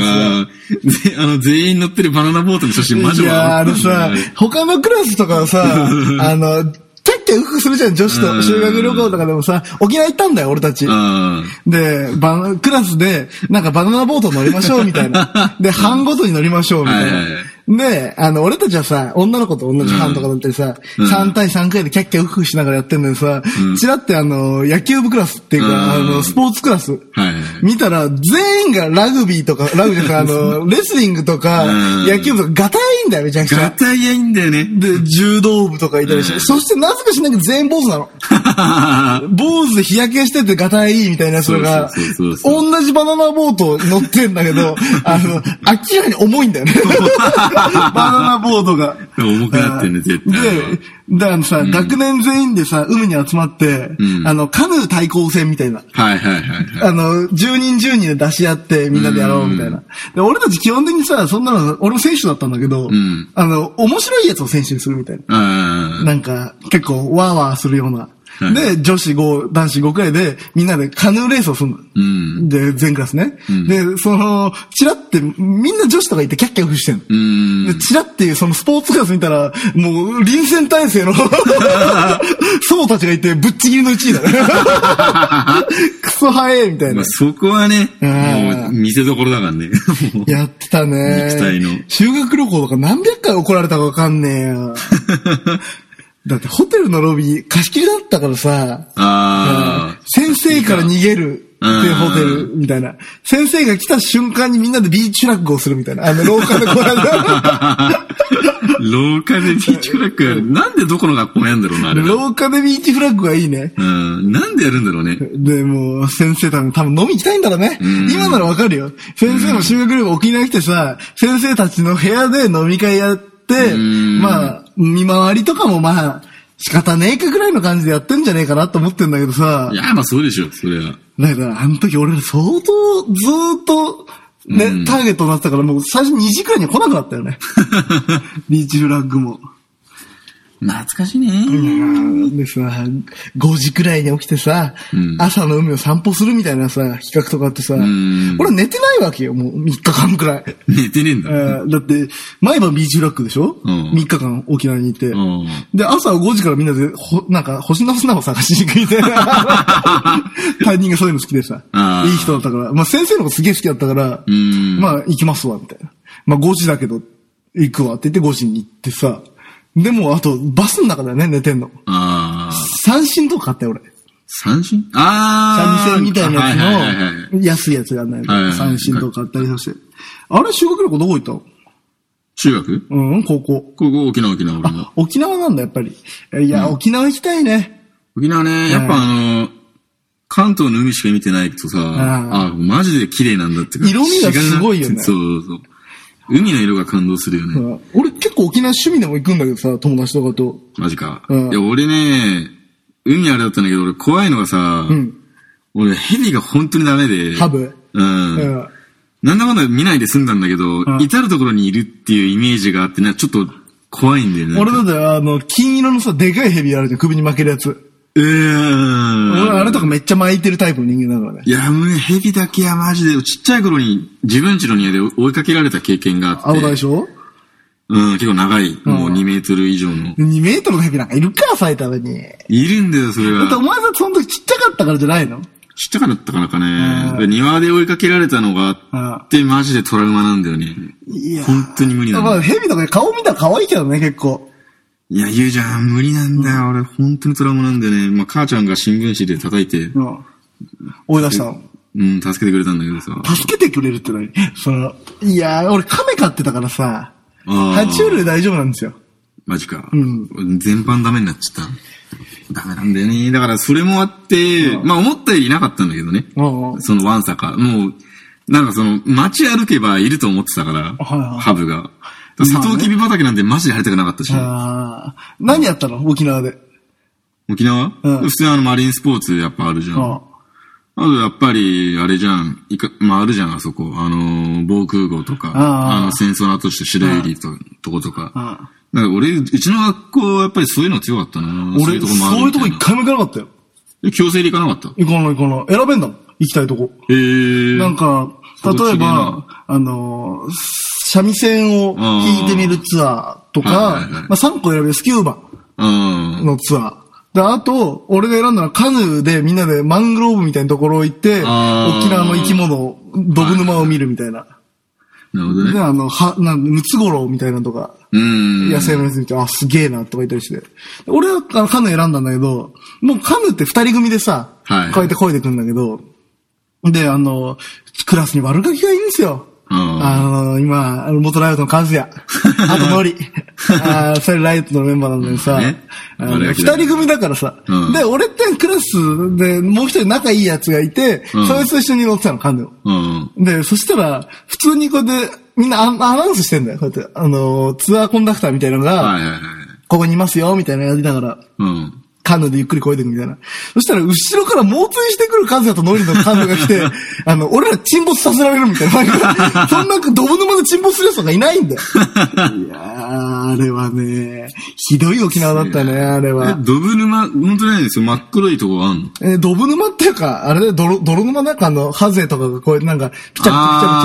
S1: ぜあの、全員乗ってるバナナボートの写真マジ
S2: いやーあ
S1: 笑
S2: の
S1: ったんだ
S2: さ
S1: よね、
S2: 他のクラスとかはさ、あの、キャッキャウフフするじゃん、女子
S1: う
S2: と。
S1: ん
S2: 修学旅行とかでもさ、沖縄行ったんだよ、俺たち。
S1: あ
S2: で、バナクラスで、なんかバナナボート乗りましょう、みたい な。で、班ごとに乗りましょう、みたい
S1: はいはい
S2: な。で、あの、俺たちはさ、女の子と同じ班とかだったりさ、3対3回でキャッキャウフフしながらやってんのにさ、ちらってあの、野球部クラスっていうか、あ
S1: うん
S2: の、スポーツクラス。
S1: あ。はいはい。
S2: 見たら、全員がラグビーとか、ラグビーとか、あ の、レスリングとか、
S1: うん
S2: 野球部とか、ガタイいいんだよ、めちゃくち
S1: ガ
S2: ゃ。
S1: タイがいいんだよね。
S2: で、柔道部とかいたりして、
S1: うん
S2: そしてなぜかしなきゃ全員坊主なの。坊主で日焼けしててガタイいいみたいなやつらが
S1: そうそうそう、そう
S2: 同じバナナボート乗ってんだけ ど、あの、明らかに重いんだよね。バナナボートが。
S1: 重くなってんね絶対
S2: で、だからさ、学年全員でさ、海に集まって、
S1: うん
S2: あの、カヌー対抗戦みたいな。
S1: はいはいはいはい。
S2: あの、10人10人で出し合ってみんなでやろうみたいな。で、俺たち基本的にさ、そんなの、俺も選手だったんだけど、
S1: ん
S2: あの、面白いやつを選手にするみたいな。
S1: うん。
S2: なんか、結構、ワーワーするような。
S1: はい
S2: で、女子5、男子5くらいで、みんなでカヌーレースをするの。
S1: うん
S2: で、全クラスね。で、その、チラって、みんな女子とかいてキャッキャウフしてんの。
S1: うん
S2: で、。チラっていう、そのスポーツクラス見たら、もう、臨戦態勢の、僧たちがいて、ぶっちぎりの1位だね。クソ早え、みたい
S1: ま
S2: な
S1: あ、。そこはね、
S2: うん
S1: もう見せどころだからね。 もう
S2: やってたね。
S1: 肉体の
S2: 修学旅行とか何百回怒られたかわかんねえよ。 だってホテルのロビー貸し切りだったからさ、
S1: あ
S2: 先生から逃げるってホテルみたいな。先生が来た瞬間にみんなでビーチラックをするみたいな。あの廊下でこうや って。
S1: あ。廊下でビーチフラッグやる。なんでどこの学校もやるんだろうな、あれな。
S2: 廊下でビーチフラッグがいいね。
S1: うん。なんでやるんだろうね。
S2: で、もう、先生多分、多分飲み行きたいんだろうね。今ならわかるよ。先生も修学旅行沖縄来てさ、先生たちの部屋で飲み会やって、
S1: ん
S2: まあ、見回りとかもまあ、仕方ねえかぐらいの感じでやってんじゃねえかなと思ってんだけどさ
S1: い、や、まあそうでしょ、それは。
S2: だからあの時俺ら相当ずーっと、ね、ターゲットになってたからもう最初2時くらいには来なくなったよ ね。ビーチフラッグも。
S1: 懐かしいね。
S2: でさ、5時くらいに起きてさ、
S1: ん
S2: 朝の海を散歩するみたいなさ、企画とかあってさ、
S1: ん
S2: 俺寝てないわけよ、もう3日間くらい。
S1: 寝てねえん
S2: え
S1: だ。
S2: ーだって、毎晩ビーチフラッグでしょ、
S1: うん
S2: ?3 日間沖縄にいて。
S1: ん
S2: で、朝5時からみんなで、ほ、なんか、星の砂を探しに行くみたいな。担任がそういうの好きでさ。
S1: あー
S2: いい人だったから。まあ、先生のことすげえ好きだったから、
S1: ん
S2: まあ、行きますわ、みたいな。まあ、5時だけど、行くわって言って5時に行ってさ。でも、あと、バスの中だよね、寝てんの。
S1: ああ。
S2: 三振とか買ったよ、俺。
S1: 三振ああ。
S2: 三味線みたいな
S1: はいはいはいはい
S2: やつの、安いやつがない
S1: はいはいはい
S2: 三振とか買ったりさして。あれ、修学旅行どこ行ったの
S1: 中学
S2: うん、高校。
S1: ここ沖縄沖縄俺も。
S2: 沖縄なんだ、やっぱり。いや、沖縄行きたいね。
S1: 沖縄ね、やっぱあの、関東の海しか見てないとさ、あマジで綺麗なんだってか
S2: 色味がすごいよね
S1: そうそうそう。海の色が感動するよ
S2: う
S1: ね。
S2: ん俺結構沖縄趣味でも行くんだけどさ、友達とかと。
S1: マジか。
S2: うん
S1: いや、俺ね、海あれだったんだけど、俺怖いのがさ、
S2: うん。
S1: 俺ヘビが本当にダメで、
S2: ハブ。
S1: うん。
S2: うん。
S1: なんだかんだ見ないで済んだんだけど、至るところにいるっていうイメージがあって、ね、ちょっと怖いんだよね。
S2: 俺だって、あの、金色のさ、でかいヘビあるじゃん、首に巻けるやつ。
S1: うーん。
S2: 俺、あれとかめっちゃ巻いてるタイプの人間だからね。
S1: いや、もうね、ヘビだけはマジで、ちっちゃい頃に自分家の庭で追いかけられた経験があって。
S2: 青大将
S1: うん、結構長い。もう2メートル以上の。
S2: ?2 メートルのヘビなんかいるか、埼玉に。
S1: いるんだよ、それ
S2: だってお
S1: は。
S2: 前さ、その時ちっちゃかったからじゃないの
S1: ちっちゃかったからか
S2: うん
S1: ね。で庭で追いかけられたのがあって、マジでトラウマなんだよね。
S2: いやー
S1: 本当に無理なんだ
S2: まあ、ヘビとか顔見たら可愛いけどね、結構。
S1: いや、言うじゃん、無理なんだよ。俺、本当にトラウマなんだよね。まあ、母ちゃんが新聞紙で叩いて、
S2: うん。追い出したの。
S1: うん、助けてくれたんだけどさ。
S2: 助けてくれるって何その、いやー、俺亀飼ってたからさ、
S1: あー
S2: 爬虫類大丈夫なんですよ。
S1: マジか。
S2: ん
S1: 全般ダメになっちゃった。ダメなんだよね。だから、それもあって、まあ、思ったよりいなかったんだけどね。
S2: うんうん
S1: そのワンサか。もう、なんかその、街歩けばいると思ってたから、
S2: はい
S1: ハブが。サトウキビ畑なんてマジで入りたくなかったし、
S2: ああ。何やったの沖縄で。
S1: 沖縄、
S2: うん
S1: 普通にあのマリンスポーツやっぱあるじゃん。
S2: うん
S1: あとやっぱり、あれじゃん、いか、まあ、あるじゃん、あそこ。あのー防空壕とか、
S2: あー
S1: あの戦争の後として白百合と、とことか。
S2: うん
S1: だから俺、うちの学校はやっぱりそういうの強かったな。そうい
S2: 俺、
S1: うとこもある
S2: そういう
S1: み
S2: と
S1: た
S2: こ
S1: い
S2: 一
S1: な。
S2: 回も行かなかったよ。
S1: え強制で行かなかった。
S2: 行かない行かない。選べんだもん。行きたいとこ。
S1: へえ。
S2: なんか、例え
S1: ちょっと違え
S2: ば
S1: な、
S2: あのー、三味線を弾いてみるツアーと
S1: うんはい
S2: か
S1: はいはい、
S2: まあ3個選べるスキューバ
S1: うん。
S2: のツアー。で、あと、俺が選んだのはカヌーでみんなでマングローブみたいなところ行って、沖
S1: あー
S2: 縄の生き物、ドブ沼を見るみたいな。
S1: なるほど
S2: で、
S1: ね。
S2: あの、は、なんムツゴロウみたいなのとか、
S1: うん。
S2: 野生のやつ見て、あ、すげえな、とか言ったりして。俺はあのカヌー選んだんだけど、もうカヌーって二人組でさ、
S1: はい
S2: こうやって声でくんだけど、で、あの、クラスに悪ガキがいるんですよ。
S1: うん
S2: あの、今、あの元ライオットのカズヤ。あとノリ。ああ、それライトのメンバーなんだけどさ
S1: ね、
S2: あの
S1: あれ
S2: 二
S1: が嫌い
S2: 人組だからさ
S1: う。ん
S2: で、俺ってクラスでもう一人仲いいやつがいて、
S1: うん
S2: そいつと一緒に乗ってたの、カンヌを。
S1: うん。
S2: で、そしたら、普通にこうやって、みんなアナアナウンスしてんだよ。こうやって、あのー、ツアーコンダクターみたいなの
S1: はい
S2: が、
S1: はいはい。
S2: ここにいますよ、みたいなのやりながら、
S1: うん。
S2: カンヌでゆっくり声でくみたいな。そしたら、後ろから猛追してくるカズヤとノリのカンヌが来 て、あの、俺ら沈没させられるみたいな。 そんな、ドブ沼で沈没する奴がいないんだ よ。いやー、あれはね、ひどい沖縄だったね、あれ
S1: え
S2: は、。
S1: ドブ沼、本当ないんですよ。真っ黒いとこあんの
S2: えー、ドブ沼っていうか、あれで泥、泥沼なんかあの、ハゼとかがこう、なんか、ピチャピチャピチャピチャピチ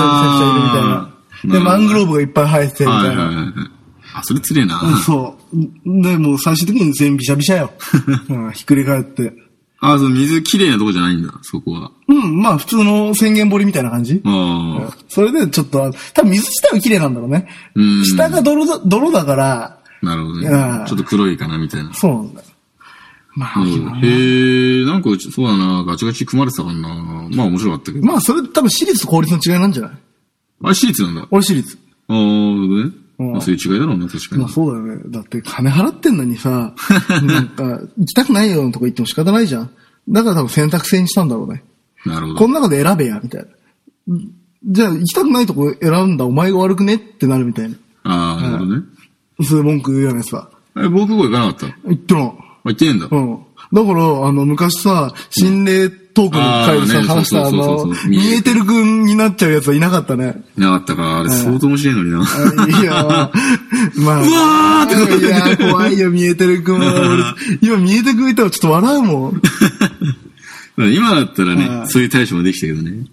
S2: ャピチャいるみたいな
S1: あ。ー
S2: で、
S1: うん
S2: マングローブがいっぱい生えてて、み
S1: はい
S2: た
S1: はいいはい
S2: な。
S1: はい。あ、それつれえな。
S2: そう。で、もう最終的に全員ビシャビシャ よ。うん、ひっくり返って。
S1: あ、そう、水きれいなとこじゃないんだ、そこは。
S2: うん、まあ普通の宣言掘りみたいな感じ。
S1: ああ。
S2: それでちょっと、多分水自体は綺麗なんだろうね。
S1: うん
S2: 下が泥だ、泥だから、
S1: なるほど
S2: うん
S1: ね。ちょっと黒いかな、みたいな。
S2: そうなんだよ。まあ、
S1: うんへえ、なんかうち、そうだな、ガチガチ組まれてたからな。まあ面白かったけど。
S2: まあそれ多分私立と公立の違いなんじゃない
S1: あれ私立なんだ。あ
S2: 俺私立。
S1: あ、なるほど
S2: う
S1: ね
S2: ん。
S1: まあそういう違いだろうね、確か
S2: まあ
S1: に。
S2: そうだよね。だって金払ってんのに さ、なんか行きたくないようなとこ行っても仕方ないじゃん。だから多分選択制にしたんだろうね。
S1: なるほ
S2: こ
S1: ど。
S2: の中で選べや、みたいな。じゃあ行きたくないとこ選んだお前が悪くねってなるみたいな。
S1: ああ、なるほどね。
S2: そういう文句言うようなやつは。
S1: え、僕こ行かなかったの
S2: 言っても
S1: あ、行ってねえんだ。
S2: うん。だから、あの、昔さ、心霊トークの回でさ、
S1: うんあーね
S2: 話したあ
S1: そうそうそう
S2: の
S1: そう、見え
S2: 見えてる君になっちゃうやつはいなかったね。
S1: いなかったか、あれ相当面白いのにな。
S2: い や、まあ。
S1: うわーってこと
S2: いや、怖いよ、見えてる君は。俺今、見えてくれたらちょっと笑うもん。
S1: 今だったら
S2: は
S1: ね、
S2: い
S1: そういう対処もできたけどね。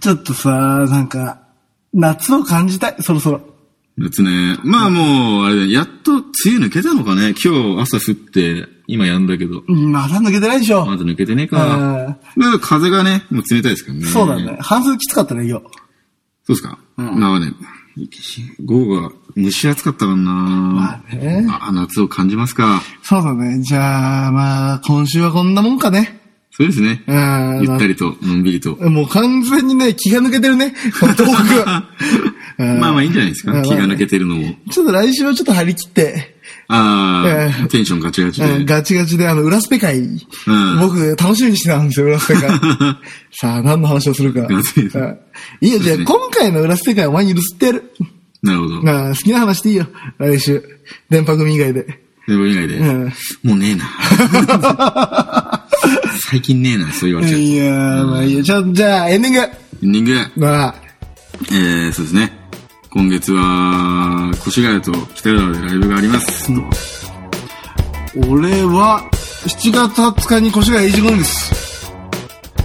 S2: ちょっとさ、なんか、夏を感じたい、そろそろ。
S1: 夏ね。まあもう、あれだねやっと梅雨抜けたのかね。今日朝降って、今やんだけど。
S2: まだ抜けてないでしょ。
S1: まだ抜けてねえか。
S2: あ
S1: だから風がね、もう冷たいですからね。
S2: そうだね。。半数きつかったね、今日。
S1: そうですか。
S2: うん
S1: まあね、午後が蒸し暑かったからな、
S2: まあね
S1: あ夏を感じますか。
S2: そうだね。じゃあ、まあ、今週はこんなもんかね。
S1: そうですね。
S2: うん
S1: ゆったりと、のんびりと。
S2: もう完全にね、気が抜けてるね、このトーク がうん
S1: まあまあいいんじゃないです
S2: う
S1: か。
S2: ん
S1: 気が抜けてるのも。
S2: ちょっと来週はちょっと張り切って、
S1: あ
S2: う
S1: あ、
S2: ん
S1: テンションガチガチで。
S2: うんガチガチで、あの、裏スペ会、僕、楽しみにしてたんですよ、裏スペ 会。さあ、何の話をするか。うんいいよ、じゃあ、
S1: そうですね
S2: 今回の裏スペ会はお前に許すってやる。
S1: なるほど。で
S2: うん好きな話でいいよ、来週。電波組以外で。
S1: も以外で。
S2: うん
S1: もうねえな。 最近ねえな、そう言われちゃう。
S2: いやー、まあいいよ。じゃあ、じゃあ、エンディング。
S1: エンディング。
S2: まあ、
S1: えー、そうですね。今月は、越谷と北浦でライブがあります。
S2: 俺は、7月20日に越谷エイジゴンです。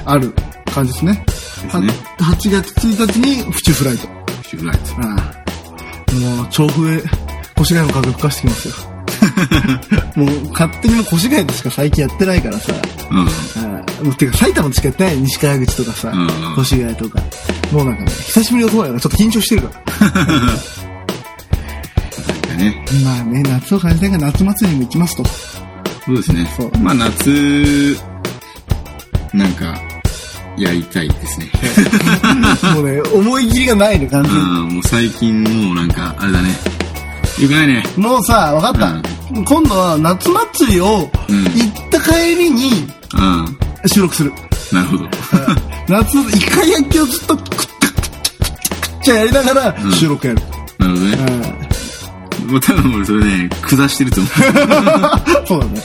S2: ある感じですね。
S1: すね
S2: は8月1日に府中フライト。
S1: シューライト。
S2: ああもう、調布へ、越谷の風吹かしてきますよ。 もう、勝手にもう越谷でしか最近やってないからさ。
S1: うん。
S2: ああもうてか、埼玉でしかやってない西川口とかさ
S1: うん、うん
S2: 越谷とか。もうなんかね、久しぶりのとこやからちょっと緊張してるから。
S1: だね。
S2: まあね、夏を感じたいから夏祭りにも行きます と。
S1: そうですね
S2: そう。
S1: まあ夏、なんか、やりたいで すね。
S2: もうね、思い切りがないの、完
S1: う
S2: 全に。
S1: ん、もう最近もうなんか、あれだね。よくないね。
S2: もうさ、わかった。今度は夏祭りを行
S1: うん
S2: った帰りに
S1: うん。
S2: 収録する。
S1: なるほど。
S2: 夏、イカ焼きをずっとくったくったくっちゃやりながら収録やる。
S1: なるほどね。もう多分俺それね、下してると思う。
S2: うんそうだね。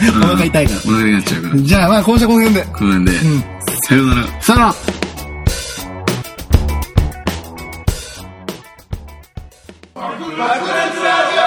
S2: お
S1: うん
S2: 腹痛いか
S1: お腹になっちゃうから
S2: ら。。じゃあまあ今週はこの辺で。
S1: この辺で、
S2: ん
S1: さようなら。
S2: さよなら。
S4: 爆裂ラジオ